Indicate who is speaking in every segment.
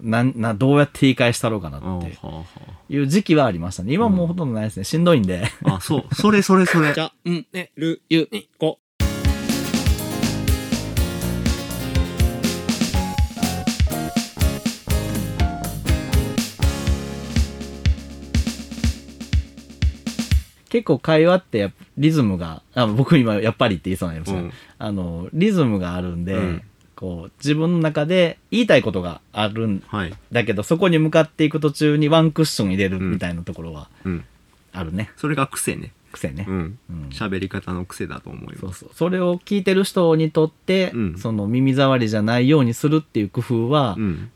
Speaker 1: なんなどうやって言い返したろうか
Speaker 2: あ
Speaker 1: なっ
Speaker 2: は
Speaker 1: て
Speaker 2: あは
Speaker 1: いう時期はありましたね。今はもうほとんどないですね。しんどいんで。
Speaker 2: ああ、そう。それそれそれ。
Speaker 3: ゃんねるゆにこ。
Speaker 1: 結構会話ってやっぱリズムが、あ僕今やっぱりって言いそうになりま
Speaker 2: う
Speaker 1: したね、
Speaker 2: ん。
Speaker 1: あの、リズムがあるんで、
Speaker 2: うん
Speaker 1: こう、自分の中で言いたいことがあるん
Speaker 2: はい。
Speaker 1: だけど、そこに向かっていく途中にワンクッション入れるみたいなところは
Speaker 2: うん。
Speaker 1: あるね。
Speaker 2: それが癖ね。
Speaker 1: 癖ね
Speaker 2: う。ん。
Speaker 1: うん
Speaker 2: 喋り方の癖だと思い
Speaker 1: そ
Speaker 2: ま
Speaker 1: う
Speaker 2: す。
Speaker 1: そう。それを聞いてる人にとって、
Speaker 2: うん
Speaker 1: その耳障りじゃないようにするっていう工夫は、
Speaker 2: うん。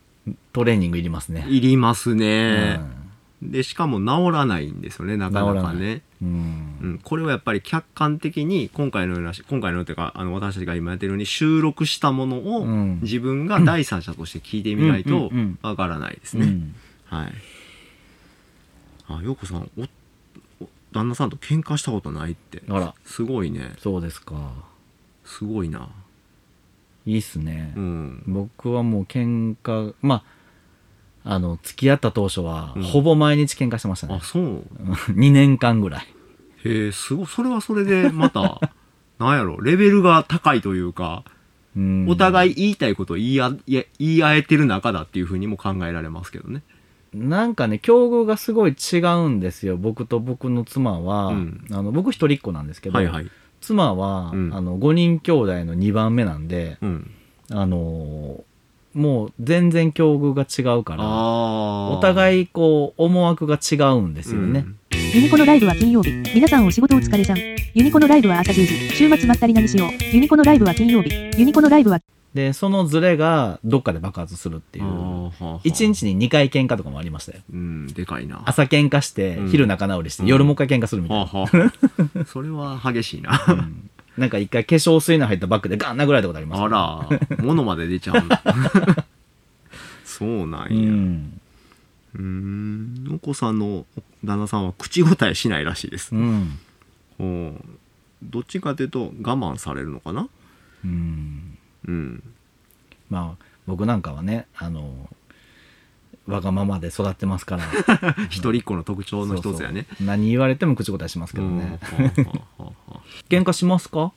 Speaker 1: トレーニングいりますね。
Speaker 2: いります
Speaker 1: う
Speaker 2: ね。
Speaker 1: ん
Speaker 2: で、しかも治らないんですよね、なかなか
Speaker 1: 治ら
Speaker 2: ね。
Speaker 1: う。
Speaker 2: うんん、これはやっぱり客観的に今回のようなし今回のというかあの私たちが今やってるように収録したものを
Speaker 1: うん
Speaker 2: 自分が第三者として聞いてみないと
Speaker 1: うんうんうん
Speaker 2: わからないです
Speaker 1: う
Speaker 2: ね。
Speaker 1: ん
Speaker 2: はい。あ、ようこさん、お、お旦那さんと喧嘩したことないって。
Speaker 1: あら、
Speaker 2: すごいね。
Speaker 1: そうですか。
Speaker 2: すごいな。
Speaker 1: いいっすね
Speaker 2: う。ん。
Speaker 1: 僕はもう喧嘩、まあ、あの、付き合った当初は、
Speaker 2: うん
Speaker 1: ほぼ毎日喧嘩してました
Speaker 2: あ、
Speaker 1: ね。
Speaker 2: そう。
Speaker 1: 2年間ぐらい。
Speaker 2: へえ、すごい。それはそれで、また、 なんやろ、レベルが高いというか、
Speaker 1: うん
Speaker 2: お互い言いたいことを言いあいや言い合えてる仲だっていうふうにも考えられますけどね。
Speaker 1: なんかね、境遇がすごい違うんですよ。僕と僕の妻は、
Speaker 2: うん
Speaker 1: あの僕一人っ子なんですけど、
Speaker 2: はいはい。
Speaker 1: 妻は、
Speaker 2: うん
Speaker 1: あの5人兄弟の2番目なんで、
Speaker 2: うん。
Speaker 1: あのーもう全然境遇が違うから、
Speaker 2: あ
Speaker 1: お
Speaker 2: い
Speaker 1: 互いこう思惑が違うんですよね。
Speaker 4: ユニコのライブは金曜日。皆さんお仕事お疲れさん。ユニコのライブは朝10時。週末まったり何しよう。ユニコのライブは金曜日。ユニコのライブは
Speaker 1: で、そのズレがどっかで爆発するって
Speaker 2: て
Speaker 1: いう。
Speaker 2: う
Speaker 1: 一。日に2回喧嘩とかもありましたよ。
Speaker 2: うん、でかいな。
Speaker 1: 朝喧嘩して
Speaker 2: うん、
Speaker 1: 昼仲直りして、
Speaker 2: うん
Speaker 1: 夜もう一回喧嘩するみたい
Speaker 2: は
Speaker 1: な。
Speaker 2: あは あそれは激しいな。
Speaker 1: うんなんか一回化粧水の入ったバッグでガン殴られたことあります
Speaker 2: あら、物まで 出ちゃうんだ。そうなん
Speaker 1: う
Speaker 2: や。
Speaker 1: ん。
Speaker 2: うーん、のこさんの旦那さんは口答えしないらしいです
Speaker 1: う。ん。
Speaker 2: うんどっちかというと我慢されるのかな
Speaker 1: うん。
Speaker 2: うん。
Speaker 1: まあ、僕なんかはね、あの、わがままで育ってます から。
Speaker 2: 一人っ子の特徴の一つやね。
Speaker 1: そうそう何言われても口答えしますけ
Speaker 2: う
Speaker 1: ど
Speaker 2: ん
Speaker 1: ね。
Speaker 2: はあはあはあ
Speaker 1: 喧嘩しますか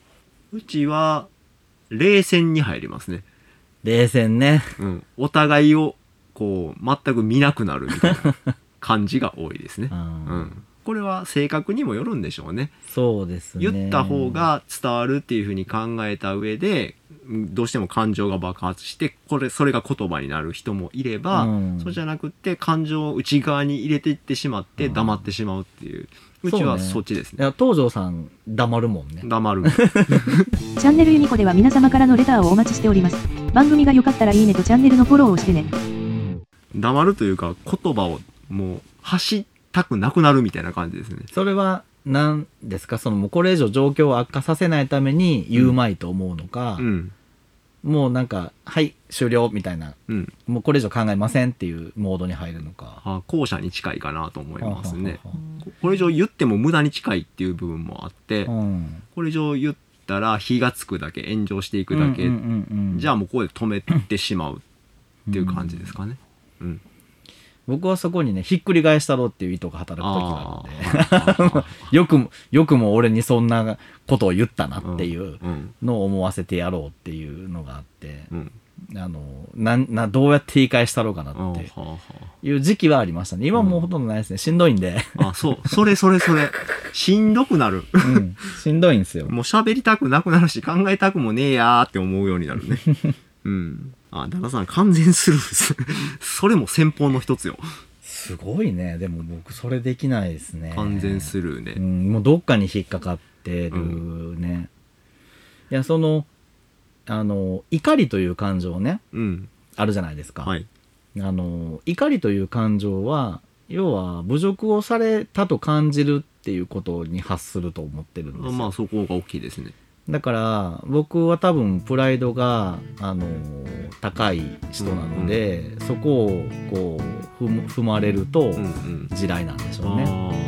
Speaker 2: うちは冷戦に入りますね。
Speaker 1: 冷戦ね。
Speaker 2: うん。お互いをこう全く見なくなるみたいな感じが多いですね
Speaker 1: う。。
Speaker 2: うんん。これは性格にもよるんでしょうね。
Speaker 1: そうですね。
Speaker 2: 言った方、が伝わるっていうふうに考えた上でうんどうしても感情が爆発してこれそれが言葉になる人もいれば、
Speaker 1: うん
Speaker 2: そうじゃなくって感情を内側に入れていってしまって
Speaker 1: うん
Speaker 2: 黙ってしまうっていう、う
Speaker 1: そうね
Speaker 2: ちはそっちです
Speaker 1: い
Speaker 2: ね
Speaker 1: や、東條さん黙るもんね。
Speaker 2: 黙る
Speaker 4: チャンネルユニコでは皆様からのレターをお待ちしております。番組が良かったらいいねとチャンネルのフォローをしてね。
Speaker 2: 黙るというか言葉をもう発したくなくなるみたいな感じですね
Speaker 1: それは何ですかそのもうこれ以上状況を悪化させないために言うまいと思うのか、
Speaker 2: うん
Speaker 1: もうなんか「はい終了」みたいな
Speaker 2: うん
Speaker 1: もうこれ以上考えませんっていうモードに入るのか。
Speaker 2: あ後者に近いかなと思いますね
Speaker 1: ははは
Speaker 2: ここれ以上言っても無駄に近いっていう部分もあって、
Speaker 1: はうん、
Speaker 2: これ以上言ったら火がつくだけ炎上していくだけ
Speaker 1: うんうんうんうん
Speaker 2: じゃあもうここで止めてしまうっていう感じですかね。うん。
Speaker 1: 僕はそこにねひっくり返したろうっていう意図が働く時が
Speaker 2: あ
Speaker 1: あるんで
Speaker 2: あ。
Speaker 1: よくもよくも俺にそんなことを言ったなっていう
Speaker 2: うん。
Speaker 1: のを思わせてやろうっていうのがあって、
Speaker 2: うん。
Speaker 1: あのなんなどうやって言い返したろうかな
Speaker 2: うん。
Speaker 1: って
Speaker 2: はあは
Speaker 1: いう時期はありましたね今はもうほとんどないですねしんどいんで。
Speaker 2: ああ、そう。それそれそれ。しんどくなる。
Speaker 1: うん、しんどいんですよ。
Speaker 2: もう喋りたくなくなるし、考えたくもねえやーって思うようになるね。うん。あ、旦那さん完全スルーです。それも戦法の一つよ。
Speaker 1: すごいね。でも僕、それできないですね。
Speaker 2: 完全スルーで。
Speaker 1: うん、もうどっかに引っかかってるね。いや、その、あの、怒りという感情ね、
Speaker 2: うん。
Speaker 1: あるじゃないですか。
Speaker 2: はい。
Speaker 1: あの、怒りという感情は、要は侮辱をされたと感じるっていうことに発すると思ってるんですよ。
Speaker 2: まあそこが大きいですね。
Speaker 1: だから僕は多分プライドが、あの高い人なので、そこをこう踏む踏まれると
Speaker 2: うんうん。
Speaker 1: 地雷なんでしょうね。
Speaker 2: あ